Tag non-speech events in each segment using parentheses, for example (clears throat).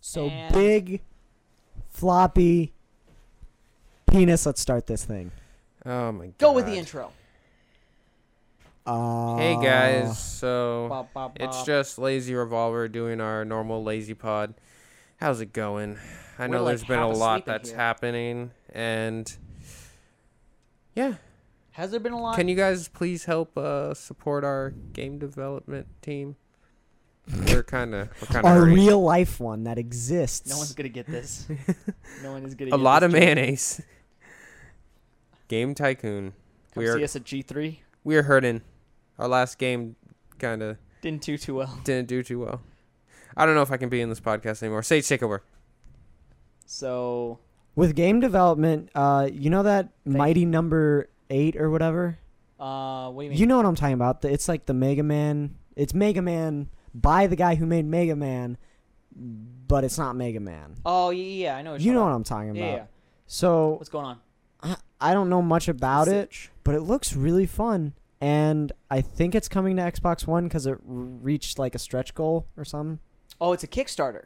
So And- big, floppy penis. Let's start this thing. Oh my god. Go with the intro. Uh, Hey guys, so Bop, bop, it's bop. just Lazy Revolver doing our normal Lazy Pod. How's it going? I We're, know like, there's been half a asleep lot in that's here. happening, and yeah, Has there been a lot? can you guys please help uh, support our game development team? We're kind of we're kind Uh, Our of real life one that exists. no one's gonna (laughs) get this. no one is gonna. a get lot this of joke. mayonnaise. Game Tycoon. Come we are- see us at G3. We're hurting. Our last game kind of Didn't do too well. didn't do too well. I don't know if I can be in this podcast anymore. Sage, take over. So With game development, uh, you know that Mighty Number Eight or whatever. Uh, what do you mean? You know what I'm talking about. The- It's like the Mega Man. It's Mega Man by the guy who made Mega Man, but it's not Mega Man. oh yeah, yeah, I know. what You you're know what talking I'm talking about. about. Yeah, yeah, yeah. So What's going on? I, I don't know much about it, but it looks really fun. And I think it's coming to Xbox One because it reached like a stretch goal or something. Oh, it's a Kickstarter.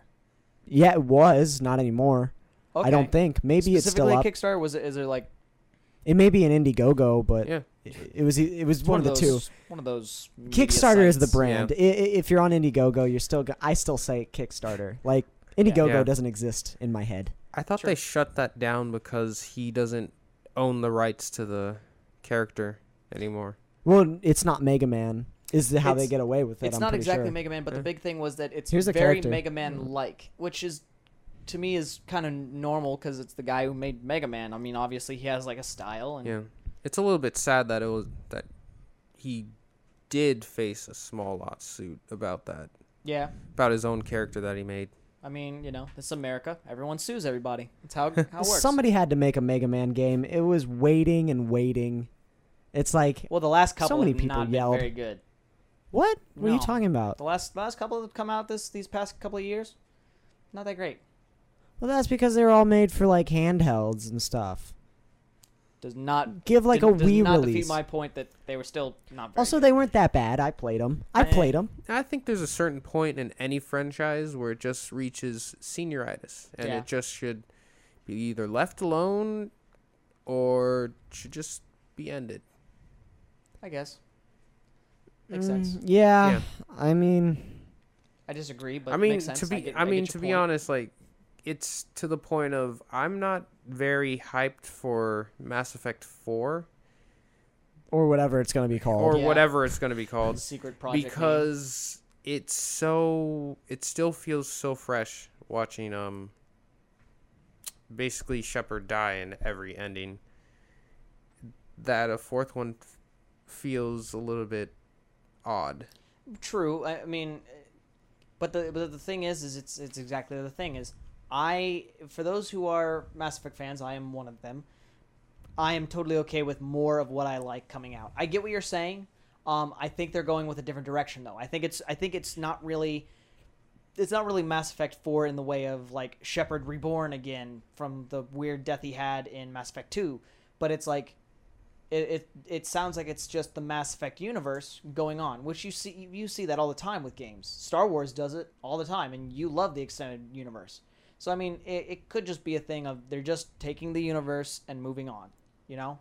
Yeah, it was not anymore. Okay. I don't think. Maybe it's still Specifically up. Kickstarter was it? Is there like it may be an Indiegogo, but Yeah. it, it was e, it was one, of the two. those, One of those. media Kickstarter is the sites. brand. I, i if you're on Indiegogo, you're still. Go- I still say Kickstarter. Like Indiegogo Yeah. doesn't exist in my head. I thought Sure. they shut that down because he doesn't own the rights to the character anymore. Well, it's not Mega Man. Is how they It's- get away with it? It's I'm not pretty exactly sure. Uh, Mega Man, but Yeah. the big thing was that it's Here's a very character. Mega Man like, which is to me is kind of normal because it's the guy who made Mega Man. I mean, obviously he has like a style and Yeah, it's a little bit sad that it was that he did face a small lot suit about that yeah. about his own character that he made. I mean, you know, this is America. Everyone sues everybody. (laughs) That's how, how it works. Somebody had to make a Mega Man game. It was waiting and waiting. It's like, well, the last so couple many have people not been yelled. very good. what? What are you No. talking about? The last last couple that have come out this these past couple of years, not that great. Well, that's because they were all made for like handhelds and stuff. Does not Give like didn't- a does Wii not release. defeat my point that they were still not very also, good. they weren't that bad. I played them. I Eh. played them. I think there's a certain point in any franchise where it just reaches senioritis, and Yeah. it just should be either left alone or should just be ended. I guess makes sense. Mm, Yeah, Yeah. I mean, I disagree, but I mean, makes sense. to be, I, get- get mean, your to be point. honest, like it's to the point of I'm not very hyped for Mass Effect Four or whatever it's gonna be called. or Yeah. whatever it's going to be The called secret project name. because it's so it still feels so fresh watching um basically Shepard die in every ending that a fourth one f- feels a little bit odd. True. I I mean, eh, but the but the thing is, is it's it's exactly the thing is I for those who are Mass Effect fans, I am one of them. I am totally okay with more of what I like coming out. I get what you're saying. Um, I think they're going with a different direction though. I think it's I think it's not really it's not really Mass Effect 4 in the way of like Shepard reborn again from the weird death he had in Mass Effect 2, but it's like it, it it sounds like it's just the Mass Effect universe going on, which you see you see that all the time with games. Star Wars does it all the time, and you love the extended universe. So I mean, it, it could just be a thing of they're just taking the universe and moving on. You know,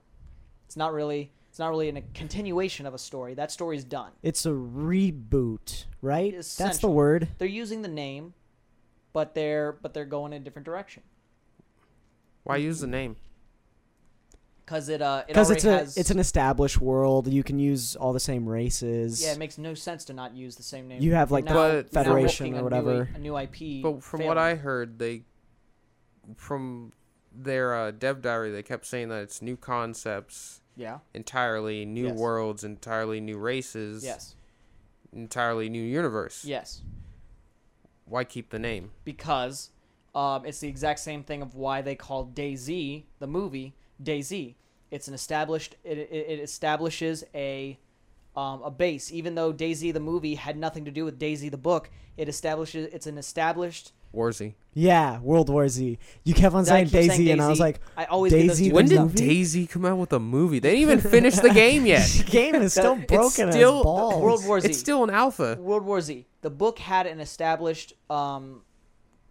it's not really it's not really an, a continuation of a story. That story's done. It's a reboot, right? That's the Essentially. word. They're using the name, but they're but they're going in a different direction Why use Mm-hmm. the name? because it uh it Because already it's a has it's an established world. You can use all the same races. yeah it makes no sense to not use the same name. You have, like, You're the now- you're now Federation risking or a new I- whatever. a new IP. But from failing. what I heard, they from their uh, dev diary, they kept saying that it's new concepts, yeah entirely new Yes. worlds, entirely new races, yes entirely new universe. yes Why keep the name? because um, it's the exact same thing of why they called DayZ the movie DayZ. It's an established. It, it, it establishes a um, a base, even though DayZ the movie had nothing to do with DayZ the book. It establishes. It's an established. Warzy. Yeah, World War Z. You kept on Did I saying keep saying Daisy, and I was DayZ? like, I always get those Daisy two When When did did movie? Daisy come out with a movie? They didn't even finish the game yet. (laughs) the (laughs) game is still broken still- as balls. World War Z. It's still an alpha. World War Z. The book had an established um,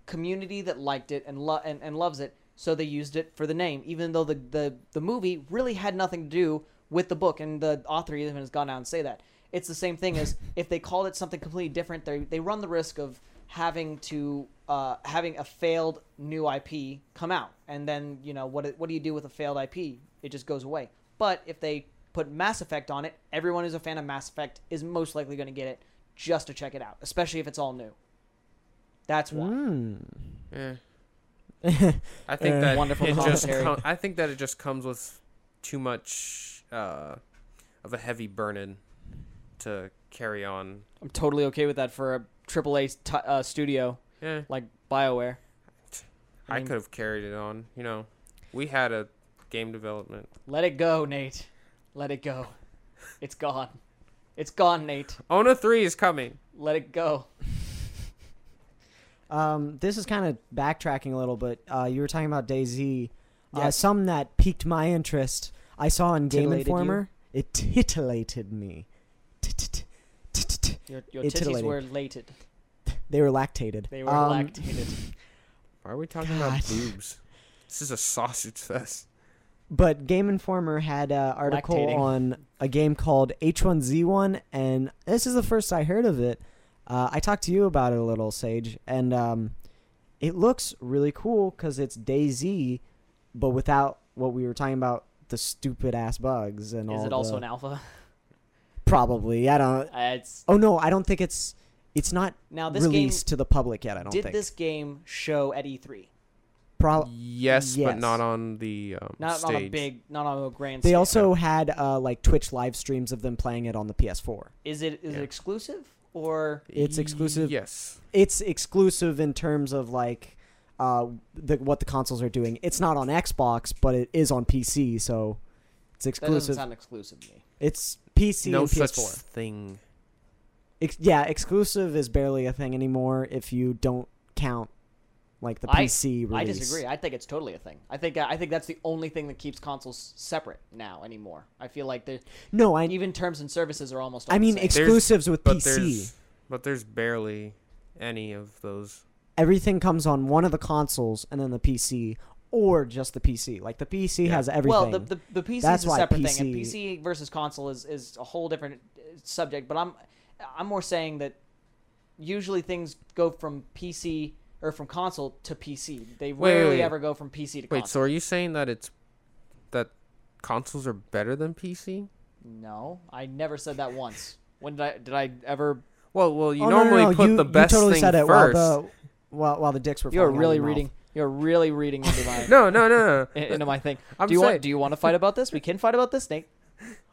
community that liked it and lo- and, and loves it, so they used it for the name, even though the, the the movie really had nothing to do with the book, and the author even has gone out and say that. It's the same thing as if they called it something completely different, they they run the risk of having to uh, having a failed new IP come out, and then you know what what do you do with a failed IP? It just goes away. But if they put Mass Effect on it, everyone who's a fan of Mass Effect is most likely going to get it just to check it out, especially if it's all new. That's why. Mm. Eh. (laughs) I think Uh, that Wonderful it just commentary. com- I think that it just comes with too much uh, of a heavy burden to carry on. I'm totally okay with that for a AAA t- uh, studio Yeah, like BioWare. I mean- could have carried it on. You know, we had a game development. Let it go, Nate. Let it go. It's gone. It's gone, Nate. Ona three is coming. Let it go. Um, this is kind of backtracking a little, but uh, you were talking about DayZ. Uh, Yes. some that piqued my interest. I saw on Game Titillated you? Informer. It titillated me. Tit-tit, tit-tit. Your, your It titties titillated. were lated. They were lactated. They were Um, lactated. Why are we talking God. about boobs? This is a sausage fest. But Game Informer had an article Lactating. on a game called H1Z1, and this is the first I heard of it. Uh, I talked to you about it a little, Sage, and um, it looks really cool because it's DayZ, but without what we were talking about the stupid ass bugs and all. Is it also the- an alpha? probably? I don't. Uh, it's Oh no, I don't think it's. It's not now this released to the public yet. I game. don't Did think. this game show at E E3? Pro- Yes, but Yes. not on the um, Not stage. on a big, not on a grand. they scale. also had uh, like Twitch live streams of them playing it on the PS4. is it is Yeah. it exclusive or It's exclusive. Yes. it's exclusive in terms of like uh, the, what the consoles are doing. It's not on Xbox, but it is on PC, so it's that doesn't exclusive. sound exclusive to me? it's PC no and such PS4. thing. Ex- yeah, exclusive is barely a thing anymore if you don't count like the I- PC release. I disagree. I think it's totally a thing. I think uh, I think that's the only thing that keeps consoles separate now anymore. I feel like the No, I even terms and services are almost. All I the mean same. ex- exclusives with But PC. there's but there's barely any of those. Everything comes on one of the consoles and then the PC or just the PC. Like the PC Yeah. has everything. well, the, the the PC That's is a why separate thing, and PC PC versus console is is a whole different uh, subject. But I'm I'm more saying that usually things go from PC or from console to PC. They Wait, wait, rarely wait. ever go from PC to Wait, console. so are you saying that it's that consoles are better than PC? No, I never said that once. When did I did I ever? Well, well, you Oh, no, no, normally no, put you- the you best totally thing said it first. While the, while, while the dicks were You're falling out of really your mouth. reading. You're really reading into (laughs) my No, (laughs) no, no, in- no. into my thing. I'm do you saying- want? Do you want to fight about this? We can fight about this, Nate.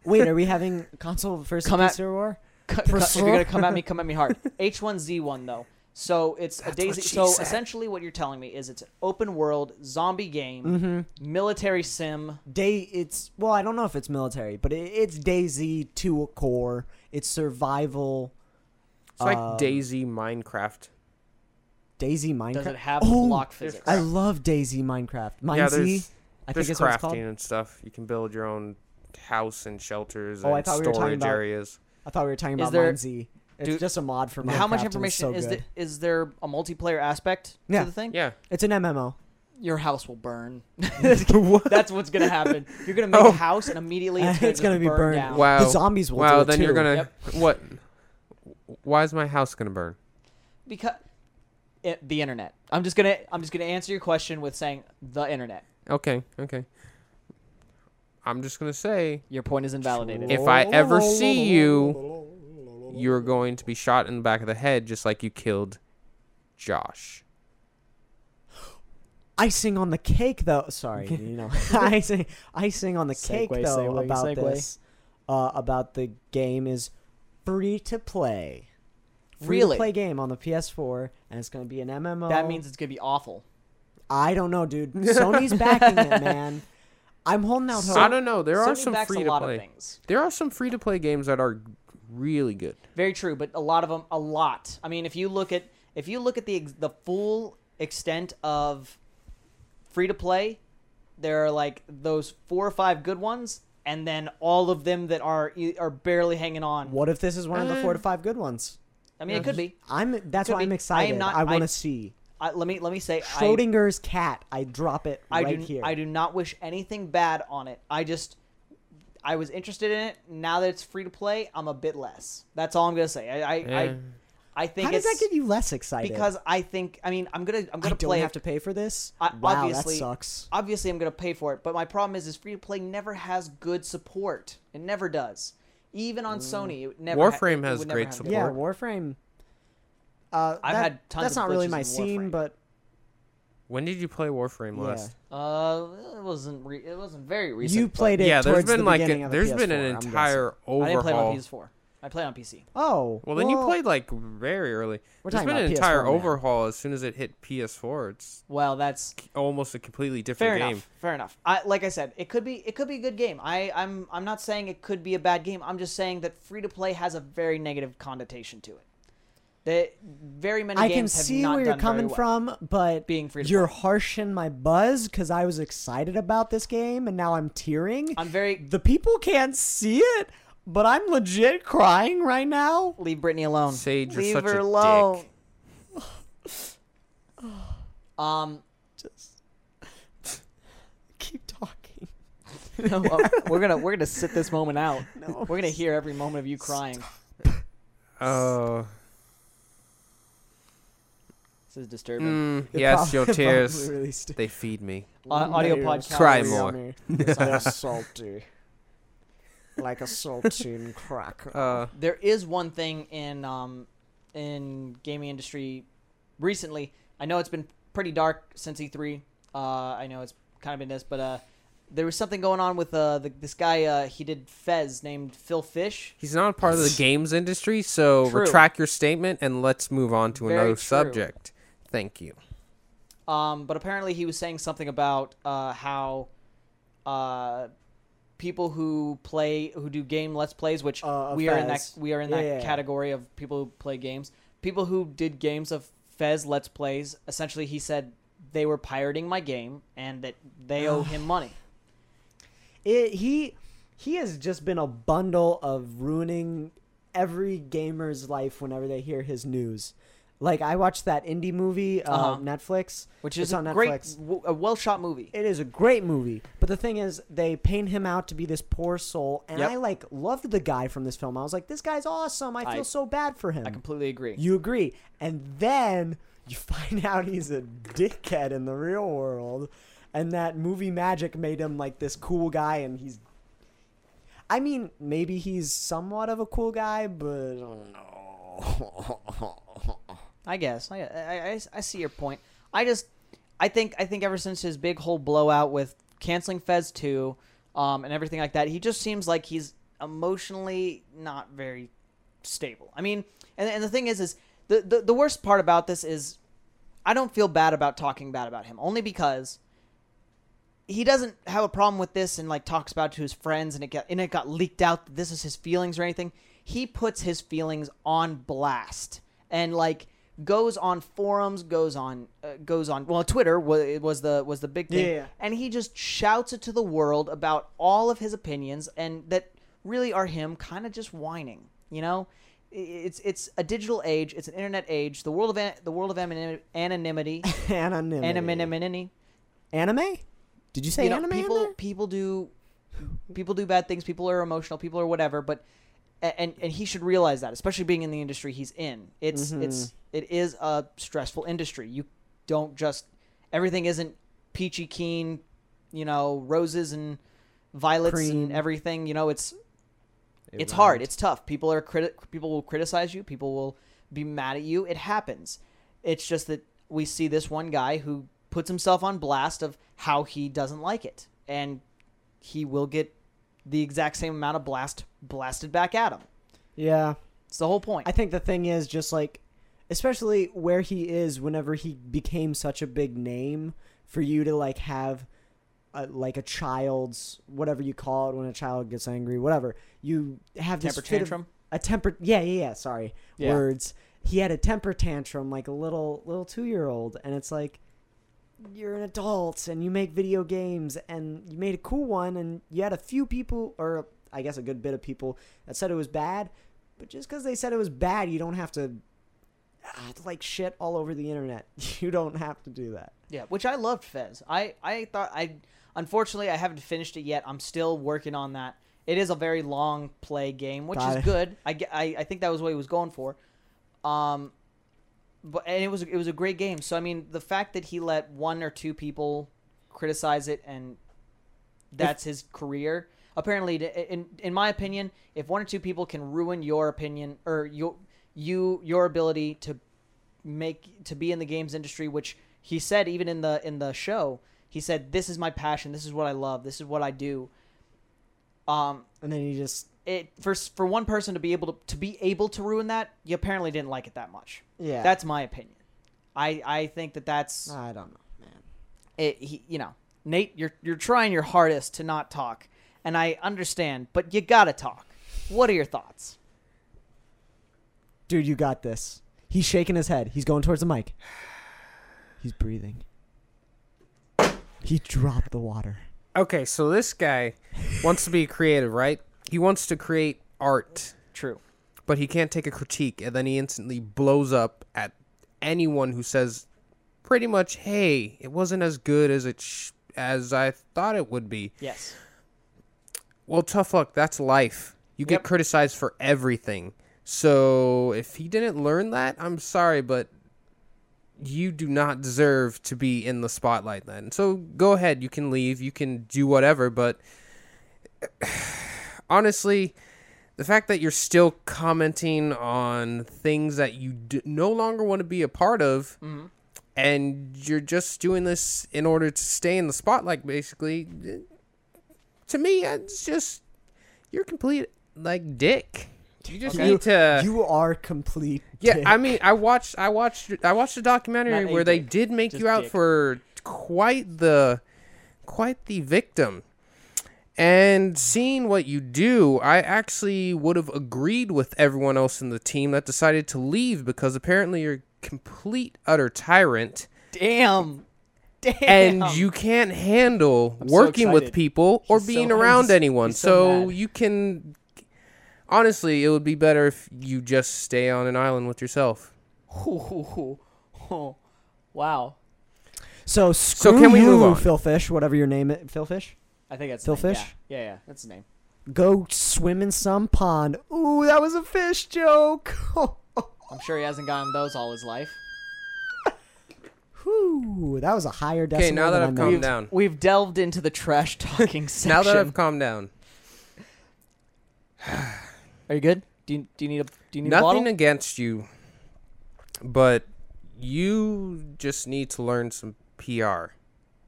Wait, are we (laughs) having console versus Come at- PC war? C- c- if you're Personal? gonna come at me, come at me hard. H1Z1 though, so it's a Daisy. what she So said. essentially, what you're telling me is it's an open world zombie game, Mm-hmm. military sim. Day, it's well, I don't know if it's military, but it, it's Daisy to a core. It's survival. It's like Um, Daisy Minecraft. Daisy Minecraft. Does it have oh, block physics? I love Daisy Minecraft. Mine yeah, Z, there's I think there's is what it's crafting called. and stuff. You can build your own house and shelters Oh, I and thought we were storage talking about- areas. I thought we were talking Is about there- Mine Z. It's do- just a mod for Minecraft. How much and it's information so is good. there? Is there a multiplayer aspect Yeah. to the thing? Yeah. It's an MMO. Your house will burn. (laughs) That's what's gonna happen. You're gonna make Oh. a house, (laughs) and immediately it's gonna, it's gonna just be burn burned. down. Wow. The zombies will do wow. it Then you're too. gonna what? Why is my house gonna burn? because it, the internet. I'm just gonna I'm just gonna answer your question with saying the internet. Okay. Okay. I'm just gonna say Your point is invalidated. If I ever see you, you're going to be shot in the back of the head just like you killed Josh. icing on the cake though (laughs) sorry you know (laughs) icing icing on the cake Segue, though segue, about segue. this uh, about the game is free to play free Really? to play game on the ps4 and it's going to be an mmo that means it's gonna be awful. i don't know (laughs) dude sony's backing it man i'm holding out hope I don't know. There are Sony some backs free a to lot of play. things. There are some free to play games that are really good. Very true, but a lot of them, a lot. I mean, if you look at if you look at the ex- the full extent of free to play, there are like those four or five good ones, and then all of them that are e- are barely hanging on. what if this is one of the four to five good ones I mean, it could be. i'm that's Could why i'm be. I am excited i, not- want I- to see I, let me let me say I, Schrodinger's cat. I drop it I right do here. I do not wish anything bad on it. I just I was interested in it. Now that it's free to play, I'm a bit less. That's all I'm gonna say. I I, Yeah. I, I think How does it's that get you less excited? because I think I mean I'm gonna I'm I gonna don't play have it. to pay for this. I- wow, obviously- that sucks. obviously I'm going to pay for it, but my problem is is free to play never has good support. It never does. Even Mm. on Sony, it never ha- Warframe it has would never great have good- support. Yeah, Warframe. Uh, I've that- had tons That's of not really glitches my in scene, Warframe. but When did you play Warframe Yeah. last? Uh, it wasn't re- it wasn't very recent. you but played it. Yeah, there's towards been the like beginning a, of the there's been PS4, an I'm guessing. entire overhaul. I didn't play it on PS4. I played on PC. Oh, Well, then you played like very early. We're There's talking been about an PS4 entire now. overhaul as soon as it hit PS4. It's Well, that's almost a completely fair different game. enough. Fair enough. I like I said, it could be it could be a good game. I I'm I'm not saying it could be a bad game. I'm just saying that free to play has a very negative connotation to it. That very many I games can have see not where you're done very coming well. from, but Being free to you're play. harshing my buzz because I was excited about this game and now I'm tearing. I'm very the people can't see it, but I'm legit crying right now. leave Brittany alone. Sage, you're leave such her a alone. dick. um, Keep talking. (laughs) No, uh, (laughs) we're gonna we're gonna sit this moment out. We're gonna hear every moment of you crying. Oh, This is disturbing. mm, It yes, prob- your it (laughs) probably tears really st- they feed me. Au- audio Ew. podcast. Cry is- more. Yummy. They're salty, like a saltine cracker. Uh, There is one thing in um in gaming industry recently. I know it's been pretty dark since E3. Uh, I know it's kind of been this, but uh, there was something going on with uh the, this guy. Uh, he did Fez named Phil Fish. he's not a part (laughs) of the games industry, so True. retract your statement and let's move on to Very another true. subject. Thank you. Um, but apparently he was saying something about uh, how uh, people who play who do game let's plays, which Uh, of we are in that Fez. we are in Yeah, that yeah, yeah. category of people who play games. People who did games of Fez let's plays. Essentially, he said they were pirating my game and that (sighs) they owe him money. It, he he has just been a bundle of ruining every gamer's life whenever they hear his news. Like I watched that indie movie uh, Uh-huh. Netflix, Which It's is a on great, Netflix. w- a well shot movie. It is a great movie, but the thing is, they paint him out to be this poor soul, and Yep. I like loved the guy from this film. I was like, this guy's awesome. I I- feel so bad for him. I completely agree. you agree, and then you find (laughs) out he's a dickhead in the real world, and that movie magic made him like this cool guy, and he's. I mean, maybe he's somewhat of a cool guy, but I don't know. (laughs) I guess I, I, I, I see your point. I just I think I think ever since his big whole blowout with canceling Fez two um, and everything like that, he just seems like he's emotionally not very stable. I mean, and, and the thing is, is the, the the worst part about this is I don't feel bad about talking bad about him only because he doesn't have a problem with this and like talks about it to his friends and it got and it got leaked out that this is his feelings or anything. He puts his feelings on blast and like goes on forums, goes on uh, goes on well Twitter was it was the was the big thing, Yeah. and he just shouts it to the world about all of his opinions and that really are him kind of just whining, you know. I- It's it's a digital age. It's an internet age. The world of an- the world of anonymity, anonymity, Anonymity. anonymity Anime? Did you say you know, anime? in people there? people do people do bad things people are emotional people are whatever but a- and and he should realize that especially being in the industry he's in it's Mm-hmm. it's it is a stressful industry you don't just everything isn't peachy keen you know roses and violets Cream. and everything you know it's It it's hard. It's tough. People are criti- people will criticize you. People will be mad at you. It happens. It's just that we see this one guy who puts himself on blast of how he doesn't like it, and he will get the exact same amount of blast blasted back at him. Yeah. It's the whole point. I think the thing is just like, especially where he is, whenever he became such a big name, for you to like have, a, like a child's whatever you call it when a child gets angry, whatever you have this Temper fit of- tantrum? a temper. Yeah, yeah, yeah. Sorry, Yeah. words. He had a temper tantrum like a little little two year old, and it's like. You're an adult and you make video games and you made a cool one and you had a few people or I guess a good bit of people that said it was bad, but just because they said it was bad, you don't have to ah, it's like shit all over the internet. (laughs) You don't have to do that. Yeah, which I loved Fez. I I thought I unfortunately I haven't finished it yet. I'm still working on that. It is a very long play game, which Got is it. good. I, ge- I I think that was what he was going for. Um but and it was it was a great game. So I mean, the fact that he let one or two people criticize it and that's his career. Apparently, to- in in my opinion, if one or two people can ruin your opinion or your you your ability to make to be in the games industry, which he said even in the in the show, he said this is my passion, this is what I love, this is what I do. Um, And then you just it for s- for one person to be able to to be able to ruin that, you apparently didn't like it that much. yeah. Ah. That's my opinion. I I think that that's I don't know, man. it, he, you know, Nate, you're you're trying your hardest to not talk, and I understand, but you gotta talk. What are your thoughts? Dude, you got this. He's shaking his head. He's going towards the mic. He's breathing. He dropped the water. Okay, so this guy wants to be creative, right? He wants to create art, True. but he can't take a critique, and then he instantly blows up at anyone who says, pretty much, "Hey, it wasn't as good as it sh- as I thought it would be." Yes. Well, tough luck. That's life. You get Yep. criticized for everything. So if he didn't learn that, I'm sorry, but you do not deserve to be in the spotlight then. So go ahead. You can leave. You can do whatever. But (sighs) honestly, the fact that you're still commenting on things that you d- no longer want to be a part of. And you're just doing this in order to stay in the spotlight, basically eh, to me, it's just you're complete like dick. You just Okay. need to. you are complete. Uh, yeah, dick. I mean, I watched, I watched, I watched a documentary Not a where they dick, did make just you out dick. for quite the, quite the victim. And seeing what you do, I actually would have agreed with everyone else in the team that decided to leave because apparently you're a complete utter tyrant Damn. Damn. and you can't handle so working with excited. people or He's so- being I'm around just- anyone. he's so So, mad. you can honestly, it would be better if you just stay on an island with yourself. (laughs) oh, Wow. so So screw can we you, move on? Phil Fish, whatever your name, is, Phil Fish. I think that's Phil the name. Fish? Yeah. yeah, yeah, that's the name. Go swim in some pond. Ooh, that was a fish joke. (laughs) I'm sure he hasn't gotten those all his life. Whew, that was a higher decimal. Okay, now that than I've I meant. calmed down. We've delved into the (laughs) trash talking section. Now that I've calmed down. Are you good? Do you, do you need a do you need a Nothing bottle? against you, but you just need to learn some PR.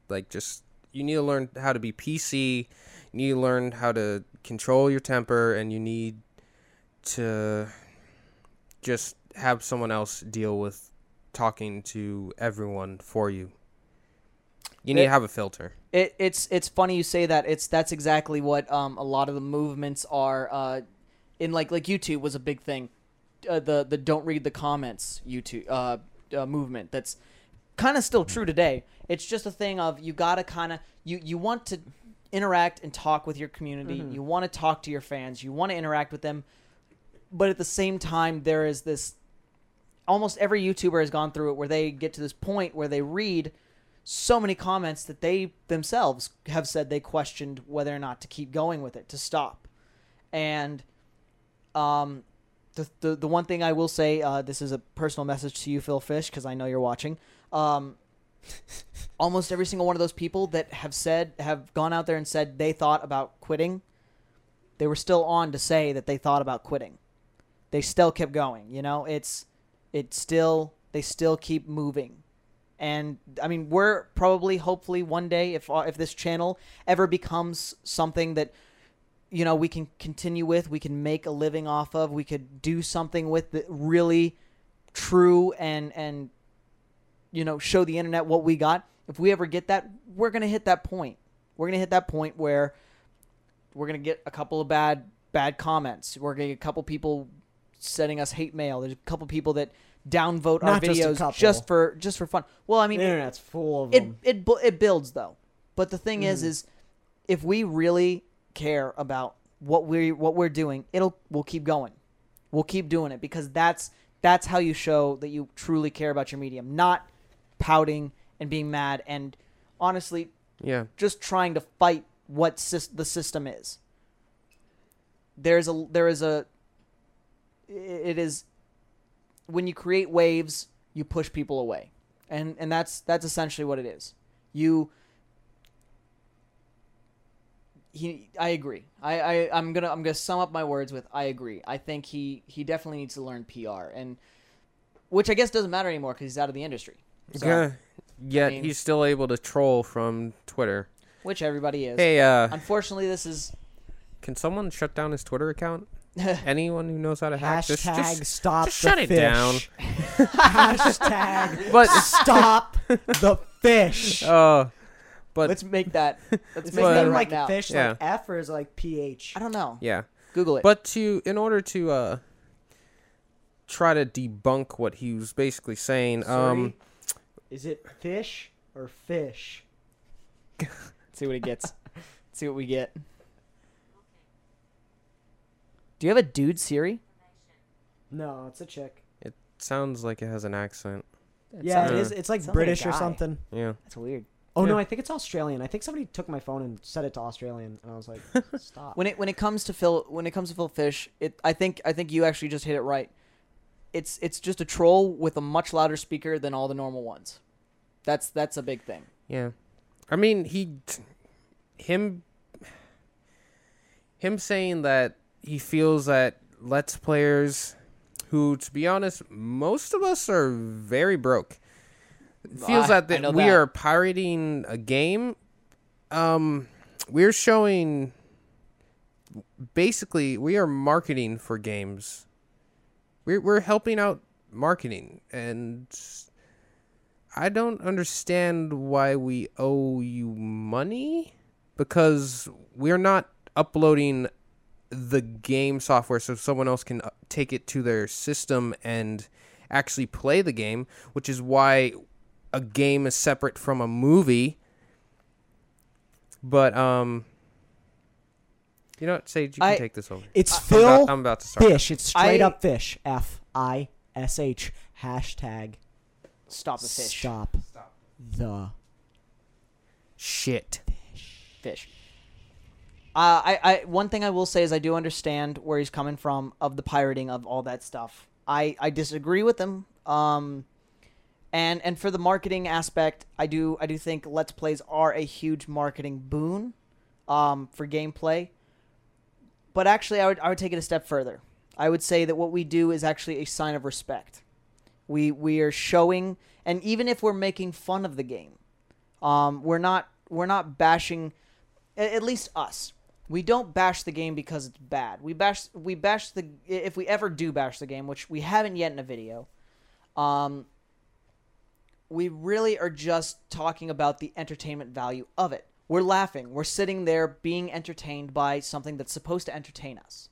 Like, just you need to learn how to be PC. You need to learn how to control your temper, and you need to just have someone else deal with talking to everyone for you. You need That- to have a filter. It, it's it's funny you say that. It's that's exactly what um, a lot of the movements are. Uh, in like like YouTube was a big thing. Uh, the the don't read the comments YouTube uh, uh, movement. That's kind of still true today. It's just a thing of you gotta kind of you you want to interact and talk with your community. You want to talk to your fans. You want to interact with them. But at the same time, there is this. Almost every YouTuber has gone through it where they get to this point where they read so many comments that they themselves have said they questioned whether or not to keep going with it, to stop. And um, the, the the one thing I will say, uh, this is a personal message to you, Phil Fish, because I know you're watching. Um, (laughs) almost every single one of those people that have said have gone out there and said they thought about quitting, they were still on to say that they thought about quitting. They still kept going. You know, it's it's still they still keep moving and I mean we're probably hopefully one day if uh, if this channel ever becomes something that you know we can continue with, we can make a living off of, we could do something with that really true and and you know show the internet what we got. If we ever get that, we're gonna hit that point. We're gonna hit that point where we're gonna get a couple of bad bad comments. We're gonna get a couple people sending us hate mail. There's a couple people that downvote our Not just a videos couple. just for just for fun. Well, I mean, The internet's full of it them. it bu- it builds though. But the thing is, is if we really care about what we what we're doing, it'll we'll keep going. We'll keep doing it because that's that's how you show that you truly care about your medium, not pouting and being mad and honestly Yeah. just trying to fight what sys- the system is. There's a there is a it is when you create waves, you push people away. And and that's that's essentially what it is. You he I agree. I, I I'm gonna I'm gonna sum up my words with I agree. I think he he definitely needs to learn PR and which I guess doesn't matter anymore because he's out of the industry. So, yeah. Yet mean- he's still able to troll from Twitter. Which everybody is. Hey, uh, Unfortunately, this is can someone shut down his (laughs) Twitter account? Anyone who knows how to hack, just, Hashtag just stop just the shut it fish. (laughs) down. (laughs) Hashtag but stop the fish. (laughs) uh, (laughs) but Let's make that. Let's Is make his that name right like now. fish, Yeah. like F, or is it like PH? I don't know. yeah. Google it. But to in order to uh try to debunk what he was basically saying, um Sorry. is it fish or fish? see what it (laughs) gets. see what we get. Do you have a dude Siri? No, it's a chick. it sounds like it has an accent. yeah, it sounds- is. It's like sounds like a British or guy. something. Yeah. That's weird. Oh no, Yeah. I think it's Australian. I think somebody took my phone and set it to Australian, and I (laughs) was like, stop. When it when it comes to Phil when it comes to Phil Fish, it I think I think you actually just hit it right. It's it's just a troll with a much louder speaker than all the normal ones. That's that's a big thing. Yeah. I mean, he him him saying that he feels that let's players who to be honest, most of us are very broke. Feels I- that, I that know we that. are pirating a game. Um we're showing basically we are marketing for games. We're we're helping out marketing and I don't understand why we owe you money because we're not uploading the game software so someone else can uh, take it to their system and actually play the game, which is why a game is separate from a movie. But um you know what, Sage, you can I- take this over. it's I'm Phil about, I'm about to start. Fish. It's straight I- up fish. F I S H hashtag Stop the fish. stop the Shit. fish. Uh, I, I one thing I will say is I do understand where he's coming from of the pirating of all that stuff. I, I disagree with him. Um, and and for the marketing aspect, I do I do think let's plays are a huge marketing boon, um, for gameplay. But actually, I would I would take it a step further. I would say that what we do is actually a sign of respect. We we are showing, and even if we're making fun of the game, um, we're not we're not bashing, a- at least us. We don't bash the game because it's bad. We bash we bash the if we ever do bash the game, which we haven't yet in a video. Um, we really are just talking about the entertainment value of it. We're laughing. We're sitting there being entertained by something that's supposed to entertain us.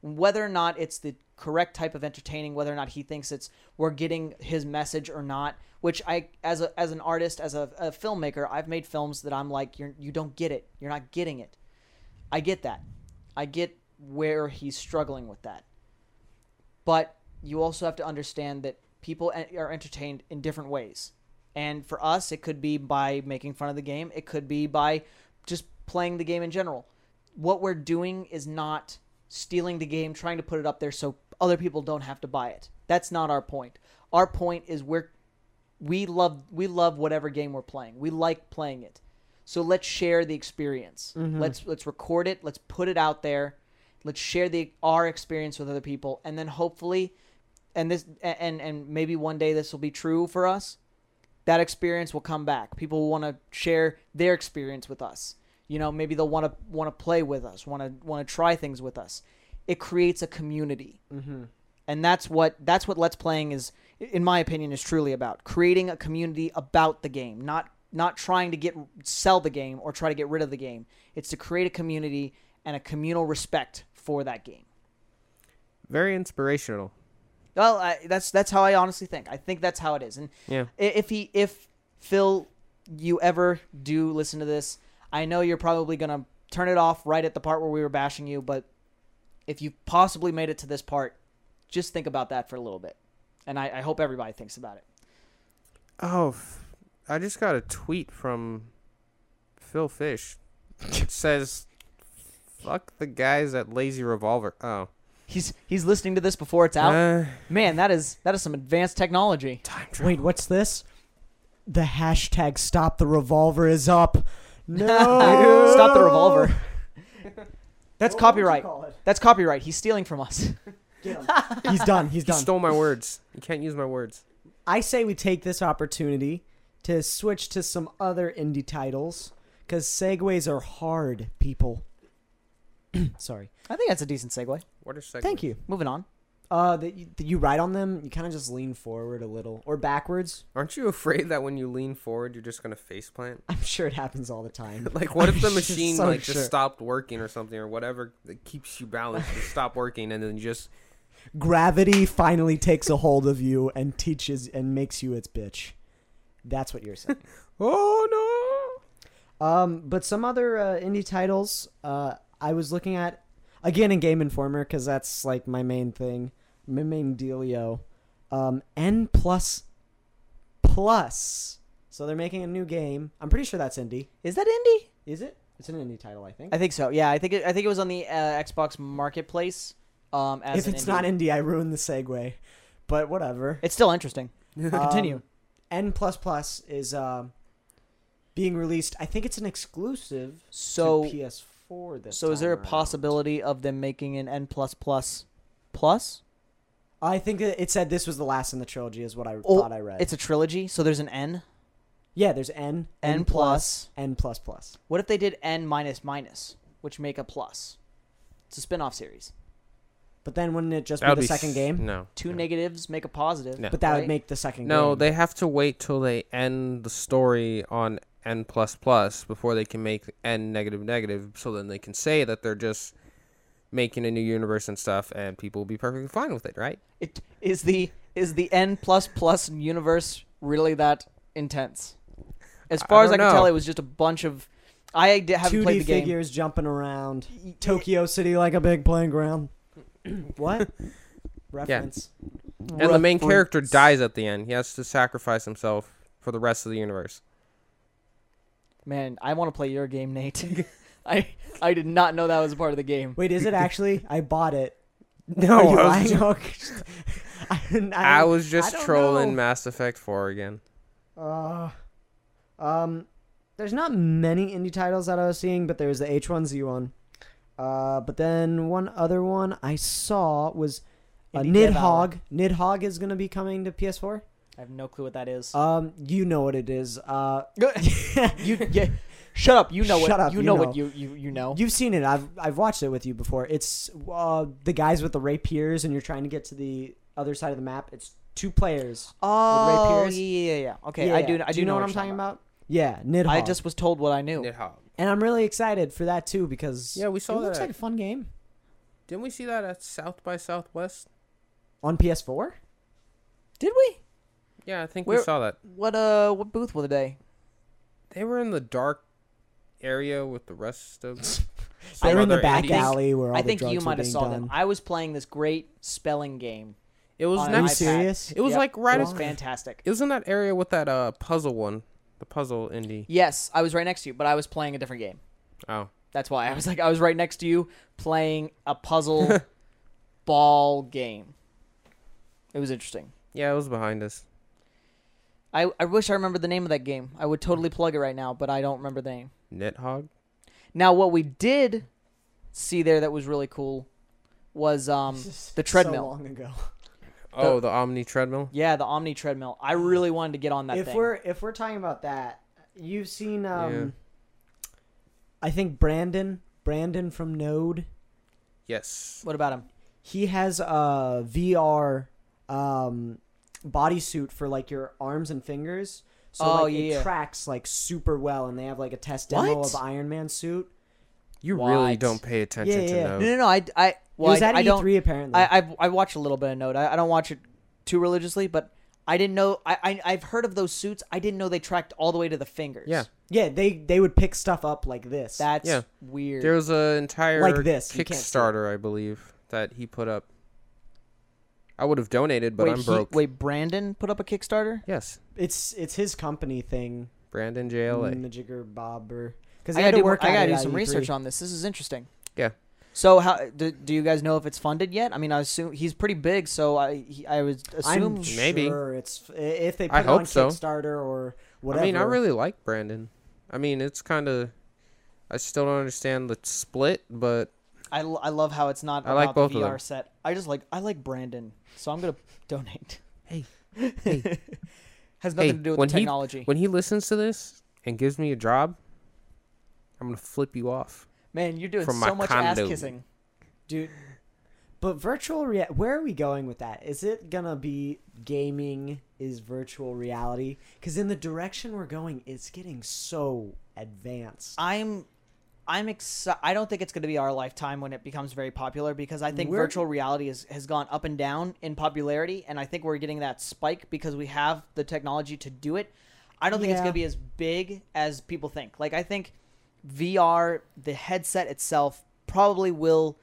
Whether or not it's the correct type of entertaining, whether or not he thinks it's we're getting his message or not, which I, as a as an artist, as a, a filmmaker, I've made films that I'm like, you're you don't get it. You're not getting it. I get that. I get where he's struggling with that. But you also have to understand that people en- are entertained in different ways. And for us, it could be by making fun of the game, it could be by just playing the game in general. What we're doing is not stealing the game, trying to put it up there so other people don't have to buy it. That's not our point. Our point is we're we love we love whatever game we're playing. We like playing it. So let's share the experience. Let's let's record it. Let's put it out there. Let's share the our experience with other people, and then hopefully, and this and and maybe one day this will be true for us. That experience will come back. People will want to share their experience with us. You know, maybe they'll want to want to play with us, want to want to try things with us. It creates a community and that's what that's what let's playing is in my opinion is truly about creating a community about the game not not trying to get sell the game or try to get rid of the game it's to create a community and a communal respect for that game Very inspirational. well I, that's that's how i honestly think i think that's how it is and Yeah. i- if he if phil you ever do listen to this i know you're probably gonna turn it off right at the part where we were bashing you but if you possibly made it to this part just think about that for a little bit and I, I hope everybody thinks about it. Oh, f- I just got a tweet from Phil Fish. (laughs) It says, "Fuck the guys at Lazy Revolver." Oh, He's he's listening to this before it's out. Uh, Man, that is that is some advanced technology. time Wait, what's this? The hashtag stop the revolver is (laughs) up. No. Stop the revolver. That's copyright. That's copyright. He's stealing from us. He's done. (laughs) He's You done. stole my words. You can't use my words. I say we take this opportunity to switch to some other indie titles because segues are hard, people. (clears throat) Sorry. I think that's a decent segue. What are segments? Thank you. Moving on. Uh, that you, that you ride on them, you kind of just lean forward a little or backwards. (laughs) Aren't you afraid that when you lean forward, you're just gonna faceplant? I'm sure it happens all the time. (laughs) Like, what if (laughs) the I'm machine so like sure. just stopped working or something or whatever that keeps you balanced just stopped working and then you (laughs) just Gravity finally takes a hold of you and teaches and makes you its bitch. That's what you're saying. oh Um, but some other uh, indie titles uh, I was looking at again in Game Informer because that's like my main thing, my main dealio. Um, N plus plus. So they're making a new game. I'm pretty sure that's indie. Is that indie? Is it? It's an indie title, I think. I think so. Yeah, I think it, I think it was on the uh, Xbox Marketplace. Um, as if an it's indie. not indie, I ruined the segue. But whatever. it's (laughs) still interesting. no! Continue. Um, N plus plus is uh, being released. I think it's an exclusive So to PS4. This so is there a time around. possibility of them making an N plus plus plus? I think that it said this was the last in the trilogy, is what I Oh, thought I read. It's a trilogy, so there's an N. yeah, there's N, N plus. N plus plus. What if they did N minus minus, which make a plus? It's a spin-off series. But then wouldn't it just That would be the be second s- game? No. Two no. negatives make a positive. No. But that right? would make the second game. No, they have to wait till they end the story on N plus plus before they can make N negative negative, so then they can say that they're just making a new universe and stuff, and people will be perfectly fine with it, right? It is the is the N plus plus universe really that intense? As I far as I don't can tell, know. it was just a bunch of. I d- haven't 2D played the game. figures jumping around Tokyo City like a big playing (clears throat) ground. (laughs) what? Reference. And the main Reference. character dies at the end. He has to sacrifice himself for the rest of the universe. Man, I want to play your game, Nate. (laughs) I I did not know that was a part of the game. Wait, (laughs) is it actually? I bought it. No, Are you I lying? was ju- (laughs) I, I- I was just don't trolling know. Mass Effect 4 again. Uh, um, there's not many indie titles that I was seeing, but there was the H1Z1. Uh, but then one other one I saw was uh, Indie Dev Nidhogg. Nidhogg is going to be coming to PS4. I have no clue what that is. Um, you know what it is. Uh, (laughs) you yeah, shut up. You know what Shut up, you, you know, know. what you you you know. you've seen it. I've I've watched it with you before. It's uh the guys with the rapiers, and you're trying to get to the other side of the map. It's two players. oh yeah, Rapiers? yeah yeah. Okay, I Yeah. do I do, you know, what you're I'm talking about? Yeah, Nidhogg. I just was told what I knew. Nidhogg. and I'm really excited for that too because Yeah, we saw it looks that. like a fun game. Didn't we see that at South by Southwest? On PS4? Did we? Yeah, I think Where- we saw that. What uh what booth were they? They were in the dark area with the rest of. some (laughs) They were in the other back indies. alley where all I the think drugs you were might have being saw done. them. I was playing this great spelling game. It was on Are you iPad. next. serious? It was Yep, like right It was as- fantastic. It was in that area with that uh puzzle one, the puzzle indie. Yes, I was right next to you, but I was playing a different game. Oh, That's why I was like I was right next to you playing a puzzle ball game. It was interesting. yeah, it was behind us. I, I wish I remembered the name of that game. I would totally plug it right now, but I don't remember the name. Nidhogg. Now what we did see there that was really cool was um the treadmill. So long ago. Oh, the Omni treadmill. yeah, the Omni treadmill. I really wanted to get on that If thing. we're if we're talking about that, you've seen um Yeah. I think Brandon, Brandon from Node, Yes. what about him? he has a VR um bodysuit for like your arms and fingers. So Oh, like yeah. it tracks like super well and they have like a test demo What? of Iron Man suit. You really What? don't pay attention Yeah, to yeah. those. No, no, no. I, I, well, it was I, at E I E3 don't. apparently. I, I've, I watch a little bit of Node. I, I don't watch it too religiously, but I didn't know. I, I, I've heard of those suits. I didn't know they tracked all the way to the fingers. Yeah. yeah, they they would pick stuff up like this. that's Yeah. weird. There was an entire Like this, you can't see it. Kickstarter, I believe, that he put up. I would have donated, but wait, I'm he- broke. wait, Brandon put up a Kickstarter. Yes, It's it's his company thing. Brandon JLA. Majigger Bobber. Because I he had gotta to do, work. I at E gotta it do at some E E3. research on this. This is interesting. Yeah. So how do, do you guys know if it's funded yet? I mean, I assume he's pretty big, so I he, I would assume I'm Maybe. sure it's if they put I it hope on so. Kickstarter or whatever. I mean, I really like Brandon. I mean, it's kind of. I still don't understand the split, but I, l- I love how it's not I like about both the of VR them. set. I just like I like Brandon, so I'm gonna (laughs) donate. (laughs) Hey. has nothing Hey, to do with when the he- technology. when he listens to this and gives me a job, I'm gonna flip you off. Man, you're doing From my so much ass condo. kissing. dude. But virtual reality. Where are we going with that? Is it gonna be gaming is virtual reality? Because in the direction we're going, it's getting so advanced. I'm I'm excited. I don't think it's going to be our lifetime when it becomes very popular because I think We're- virtual reality is, has gone up and down in popularity, and I think we're getting that spike because we have the technology to do it. I don't think it's Yeah. going to be as big as people think. Like I think VR, the headset itself, probably will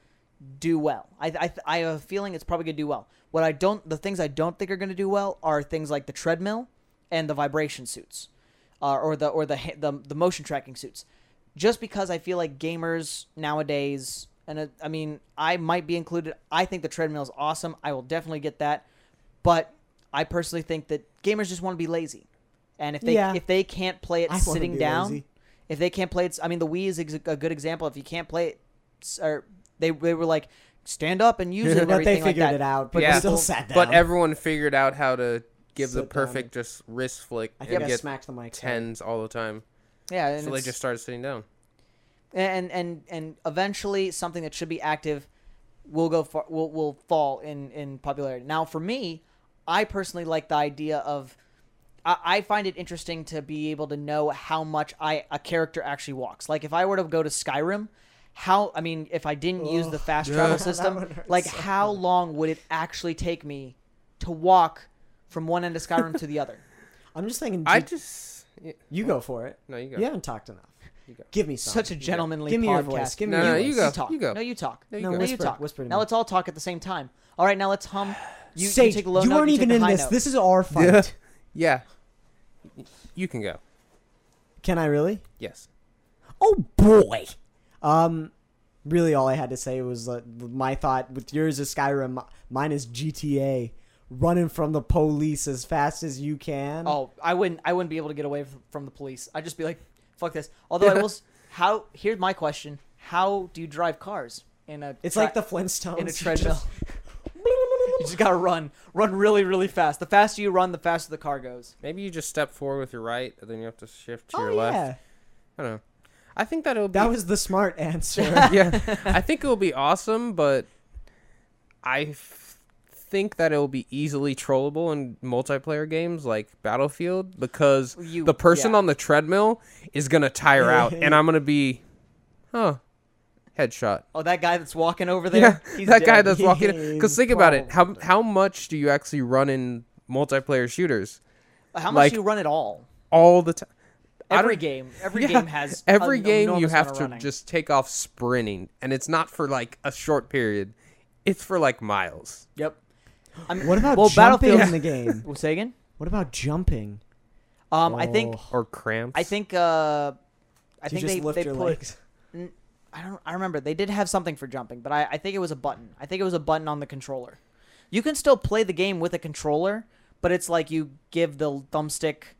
do well. I I, I have a feeling it's probably going to do well. What I don't, the things I don't think are going to do well are things like the treadmill and the vibration suits, uh, or the or the, ha- the the motion tracking suits. Just because I feel like gamers nowadays, and uh, I mean, I might be included. I think the treadmill is awesome. I will definitely get that, but I personally think that gamers just want to be lazy, and if they Yeah. if they can't play it I wanna sitting be down, lazy. if they can't play it, I mean, the Wii is ex- a good example. If you can't play it, s- or they they were like stand up and use it, (laughs) but and they everything figured like that. it out. But Yeah. they still sat down. But everyone figured out how to give Sit the down. perfect just wrist flick I and think I get smacked the mic. tens all the time. Yeah, and So they it's- just started sitting down. and and and eventually something that should be active will go far, will will fall in in popularity. Now for me, I personally like the idea of I, I find it interesting to be able to know how much I a character actually walks. Like if I were to go to Skyrim, how I mean if I didn't use the fast travel system, would hurt like so how long would it actually take me to walk from one end of Skyrim to the other? I'm just thinking. I dude, just (laughs) yeah, you go for it. no, you go. You haven't talked enough. You go. Give me some. Such a gentlemanly Give me your podcast. voice. Give me No, your no, voice. you go. talk. You go. No, you talk. No, you no, go. you whisper- talk. whisper to now me. let's all talk at the same time. All right, now let's hum. You, you Sage, take a low you note. weren't you even take a in high this. Note. This is our fight. Yeah. Y- You can go. Can I really? Yes. Oh boy. Um, really, all I had to say was uh, my thought. With yours is Skyrim. mi- Mine is GTA. Running from the police as fast as you can. Oh, I wouldn't. I wouldn't be able to get away f- from the police. I'd just be like, "Fuck this." (laughs) Although I will. s- How? Here's my question: How do you drive cars in a? it's tra- like the Flintstones Oh, You in a just- treadmill. (laughs) you just gotta run, run really, really fast. The faster you run, the faster the car goes. Maybe you just step forward with your right, and then you have to shift to oh your yeah, left. I don't know. I think that'll be. that was the smart answer. yeah. I think it'll be awesome, but I f- think that it'll be easily trollable in multiplayer games like Battlefield because You- the person yeah. on the treadmill is gonna tire out, and I'm gonna be, huh, headshot. Oh, that guy that's walking over (laughs) Yeah, there. he's that guy dead. (laughs) that's walking. Because He's think about it, how how much do you actually run in multiplayer shooters? How much like- do you run at all? All the time. Every game, (laughs) every game has every an game you enormous amount have of to running. just take off sprinting, and it's not for like a short period; it's for like miles. (laughs) Yep. I'm, What about well, jumping (laughs) Battlefield? in the game? Well, say again. What about jumping? Um, I think Oh. or cramps. I think uh, I Do you think just they lift they your put. legs. N- I don't. I remember they did have something for jumping, but I, I think it was a button. I think it was a button on the controller. You can still play the game with a controller, but it's like you give the thumbstick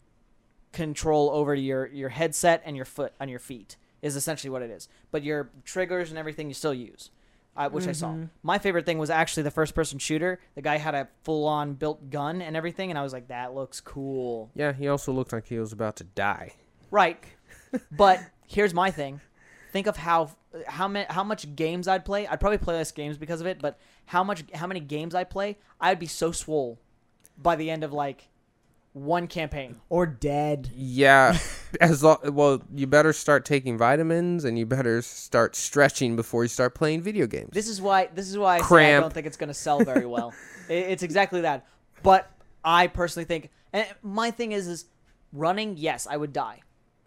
control over to your your headset and your foot on your feet is essentially what it is. But your triggers and everything you still use, I, which I Mm-hmm. saw. My favorite thing was actually the first person shooter. The guy had a full on built gun and everything, and I was like, that looks cool. Yeah, he also looked like he was about to die. Right. But here's my thing. Think of how how many how much games I'd play. I'd probably play less games because of it, but how much how many games I play, I'd be so swole by the end of like one campaign. or dead. Yeah, (laughs) as lo- well, you better start taking vitamins, and you better start stretching before you start playing video games. This is why this is why I, say I Cramp. don't think it's going to sell very (laughs) well. I- it's exactly that. But I personally think and my thing is is running, yes, I would die.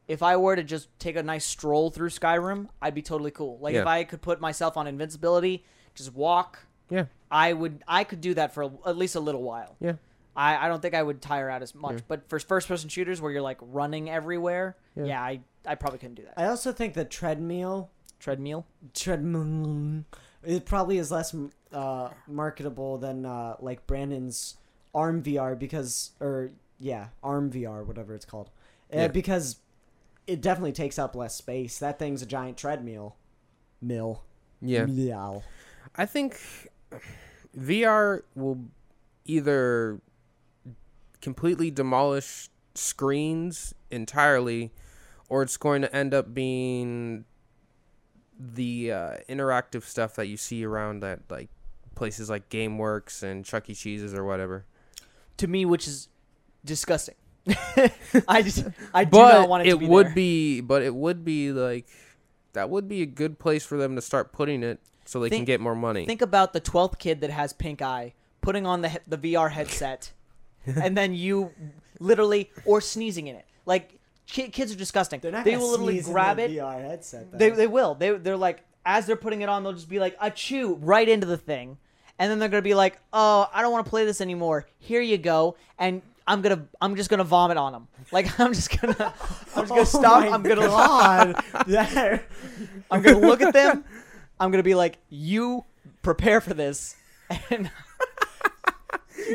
If I were to just take a nice stroll through Skyrim, I'd be totally cool. Like if Yeah. I could put myself on invincibility, just walk, yeah, I would I could do that for a, at least a little while. Yeah. I, I don't think I would tire out as much. But for first person shooters where you're like running everywhere, yeah, I, I probably couldn't do that. I also think the treadmill Treadmill. treadmill it probably is less uh, marketable than uh, like Brandon's arm VR because or yeah arm VR whatever it's called uh, Yeah. because it definitely takes up less space. That thing's a giant treadmill. Mill. Yeah. Meow. I think VR will either completely demolish screens entirely, or it's going to end up being the uh, interactive stuff that you see around at like places like GameWorks and Chuck E. Cheese's or whatever. To me, which is (laughs) disgusting. I just I do but not want it, it to be would there. be, but it would be like that would be a good place for them to start putting it so they can Think- get more money. Think about the twelfth kid that has pink eye putting on the he- the VR (laughs) headset, and then you literally or sneezing in it. Like ki- kids are disgusting. They're not they gonna will literally sneeze in grab the it. VR headset. They though. they will. They they're like as they're putting it on, they'll just be like a chew right into the thing, and then they're gonna be like, oh, I don't want to play this anymore. Here you go, and. I'm gonna. I'm just gonna vomit on them. Like (laughs) I'm just gonna. I'm just (laughs) (laughs) gonna Oh stop. my I'm gonna. God. (laughs) That- (laughs) I'm gonna look at them. I'm gonna be like, you prepare for this, (laughs) and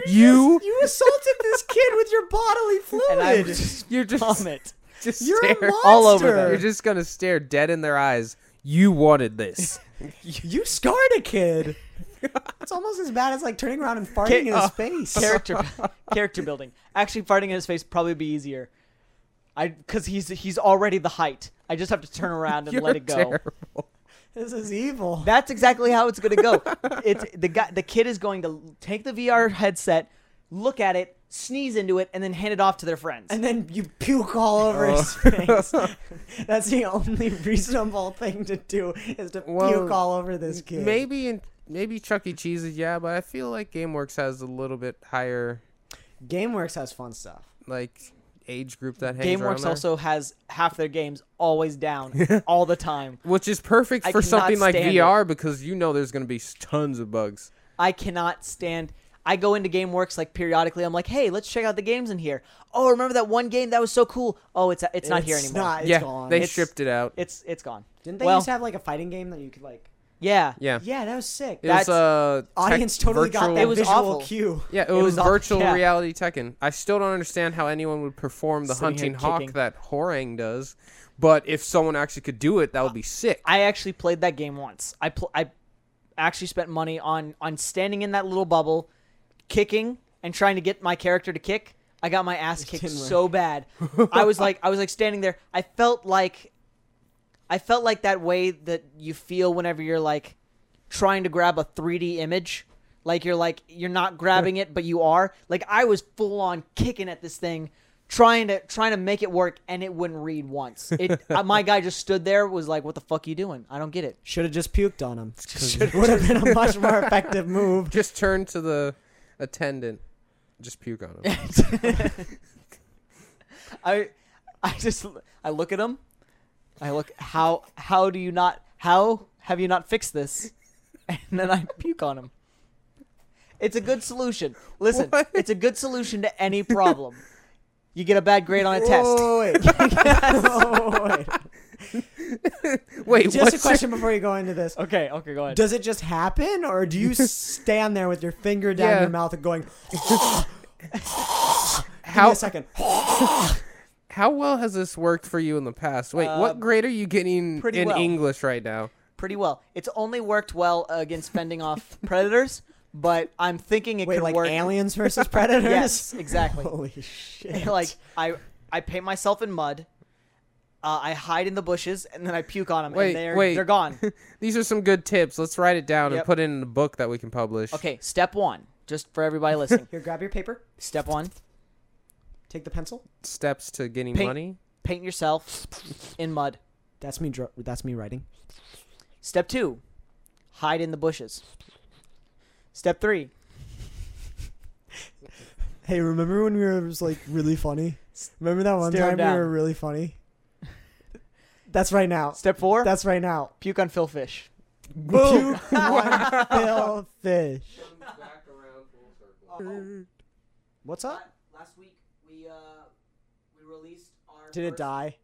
you, you assaulted this kid with your bodily fluid. and I would just you're just vomit. (laughs) just You're a stare- All over monster. them. You're just gonna stare dead in their eyes. You wanted this. You scarred a kid. (laughs) It's almost as bad as like turning around and farting Ca- in his uh, face. Character, character building. Actually, farting in his face probably be easier. I because he's he's already the height. I just have to turn around (laughs) and You're let it go. terrible. (laughs) This is evil. That's exactly how it's gonna (laughs) go. It's the guy, the kid is going to take the VR headset, look at it, sneeze into it, and then hand it off to their friends. and then you puke all over his face. (laughs) That's the only reasonable thing to do is to Well, puke all over this kid. Maybe in maybe Chuck E. Cheese is yeah, but I feel like GameWorks has a little bit higher GameWorks has fun stuff. like age group that hangs around GameWorks there. also has half their games (laughs) always down all the time. which is perfect I for cannot something like stand VR because you know there's gonna be s- tons of bugs. I cannot stand. I go into GameWorks like periodically. I'm like, hey, let's check out the games in here. Oh, remember that one game that was so cool? Oh, it's it's, not here anymore. Not, it's yeah, gone. they It's- stripped it out. It's it's gone. Didn't they well, used to have like a fighting game that you could like? yeah. yeah, Yeah, that was sick. it was that's- uh, tech- Audience totally got virtual- that It was visual awful. cue. Yeah, it, It was, was awful, virtual yeah. reality Tekken. I still don't understand how anyone would perform the Sitting here hunting hawk kicking. that Horang does, but if someone actually could do it, that would be sick. I actually played that game once. I pl- I actually spent money on on standing in that little bubble, kicking and trying to get my character to kick. I got my ass kicked didn't work. so bad. (laughs) I was like I was like standing there. I felt like I felt like that way that you feel whenever you're like trying to grab a 3D image. Like you're like you're not grabbing it, but you are. Like I was full on kicking at this thing, trying to trying to make it work, and it wouldn't read once. (laughs) It uh, my guy just stood there, was like, "What the fuck you doing? I don't get it." Should have just puked on him. Would have been a much more effective move. Just turn to the attendant. Just puke on him. (laughs) (laughs) I I just I look at him. I look how how do you not how have you not fixed this? And then I puke on him. It's a good solution. Listen, What? it's a good solution to any problem. You get a bad grade on a test. Whoa, (laughs) wait. Whoa, Oh, wait. (laughs) Wait, Just a what's question before you go into this. Okay, okay, go ahead. Does it just happen, or do (laughs) you stand there with your finger down Yeah. your mouth and going, (laughs) your, Give me how a second. (laughs) (laughs) (laughs) how well has this worked for you in the past? Wait, what grade are you getting Uh, pretty in well. English right now? Pretty well. It's only worked well against (laughs) fending off predators, but I'm thinking it Wait, could like work. (laughs) aliens versus predators? Yes, exactly. Holy shit. (laughs) (laughs) like I I paint myself in mud. Uh, I hide in the bushes and then I puke on them Wait, and they're wait. (laughs) they're gone. These are some good tips. Let's write it down and Yep. put it in a book that we can publish. Okay, step one, just for (laughs) everybody listening. Here, grab your paper. step one: Take the pencil. Steps to getting Paint- money. paint yourself in mud. That's me. Dr- that's me writing. Step two: hide in the bushes. Step three: Hey, remember when we were just, like really funny? Remember that one Stare time down. we were really funny? That's right now. step four: That's right now. puke on Phil Fish. Boom. Puke (laughs) one pill fish. Uh, oh, What's up? Last week we uh we released our. Did it die?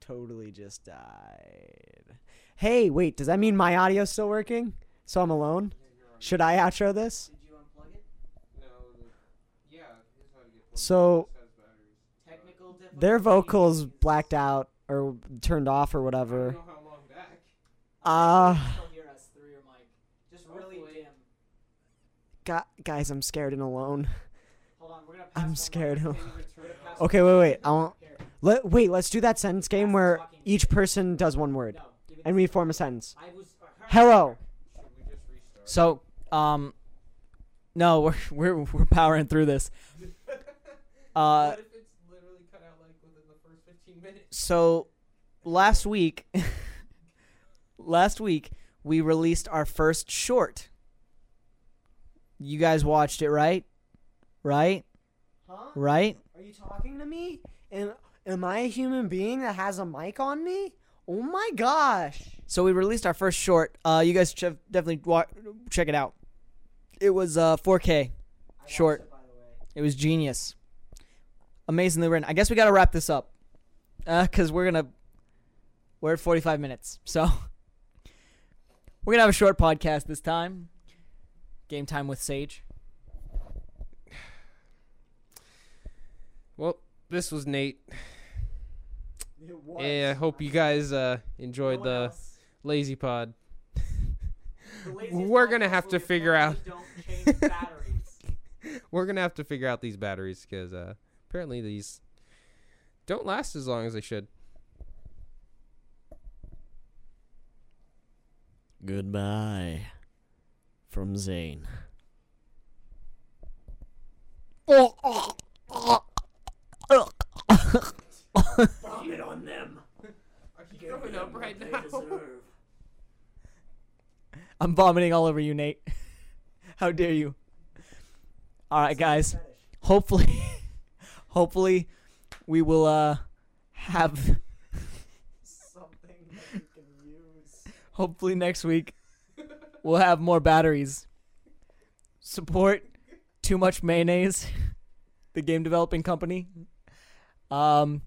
Totally just died. Hey, wait, does that mean my audio's still working? So I'm alone? Should I outro this? Did you unplug it? So Technical difficulty. their vocals blacked out or turned off or whatever. Uh Still hear us through your mic. Just really Hopefully. dim. gu- guys, I'm scared and alone. Hold on, we're gonna. Pass I'm one scared. mic. (laughs) We're gonna pass Okay, wait, wait. I want one- Here, let wait, let's do that sentence game where each person does one word no. give it- and we form a sentence. I was. uh, Hello. So, um, no, (laughs) we're we're we're powering through (laughs) this. Uh, so last week, (laughs) last week we released our first short. You guys watched it, right? Right? Huh? Right? Are you talking to me? And am I a human being that has a mic on me? Oh my gosh. So we released our first short. Uh, you guys should definitely wa- check it out. It was uh 4K short. It was genius. Amazingly written. I guess we got to wrap this up. Uh, cuz we're going to we're at 45 minutes. So (laughs) we're going to have a short podcast this time. Game time with Sage. Well, this was Nate. It was. Yeah, I hope you guys uh, enjoyed the lazy pod. We're gonna have to figure out. We're gonna have to figure out these batteries because uh, apparently these don't last as long as they should. Goodbye from Zane. Vomit on them. I'm vomiting all over you, Nate. (laughs) How dare you? All right, guys. Hopefully, (laughs) hopefully, we will uh have. (laughs) Something that you can use. Hopefully next week, we'll have more batteries. Support too much mayonnaise, (laughs) the game developing company. Um,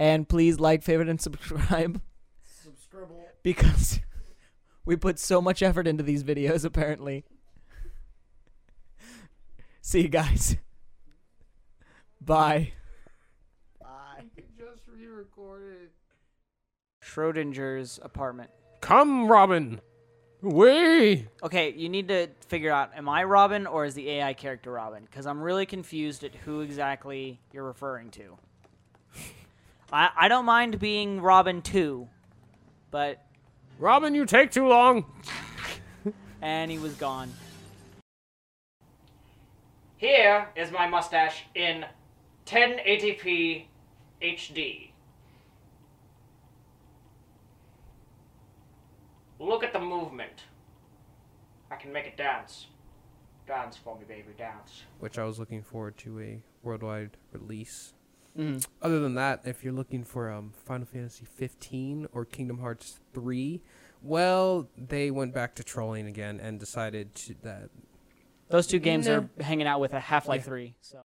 and please like, favorite, and subscribe (laughs) Subscribe. because (laughs) we put so much effort into these videos. Apparently. (laughs) See you guys. Bye. Bye. Just re-recorded. Schrodinger's apartment. Come, Robin. Away. Okay, you need to figure out am I Robin or is the AI character Robin? Because I'm really confused at who exactly you're referring to. (laughs) I I don't mind being Robin too, but Robin, you take too long. and he was gone. Here is my mustache in 1080p HD. Look at the movement. I can make it dance. Dance for me, baby, dance. Which I was looking forward to a worldwide release. Other than that, if you're looking for um, Final Fantasy 15 or Kingdom Hearts 3, well, they went back to trolling again and decided to, that Those two games are hanging out with a Half-Life 3. So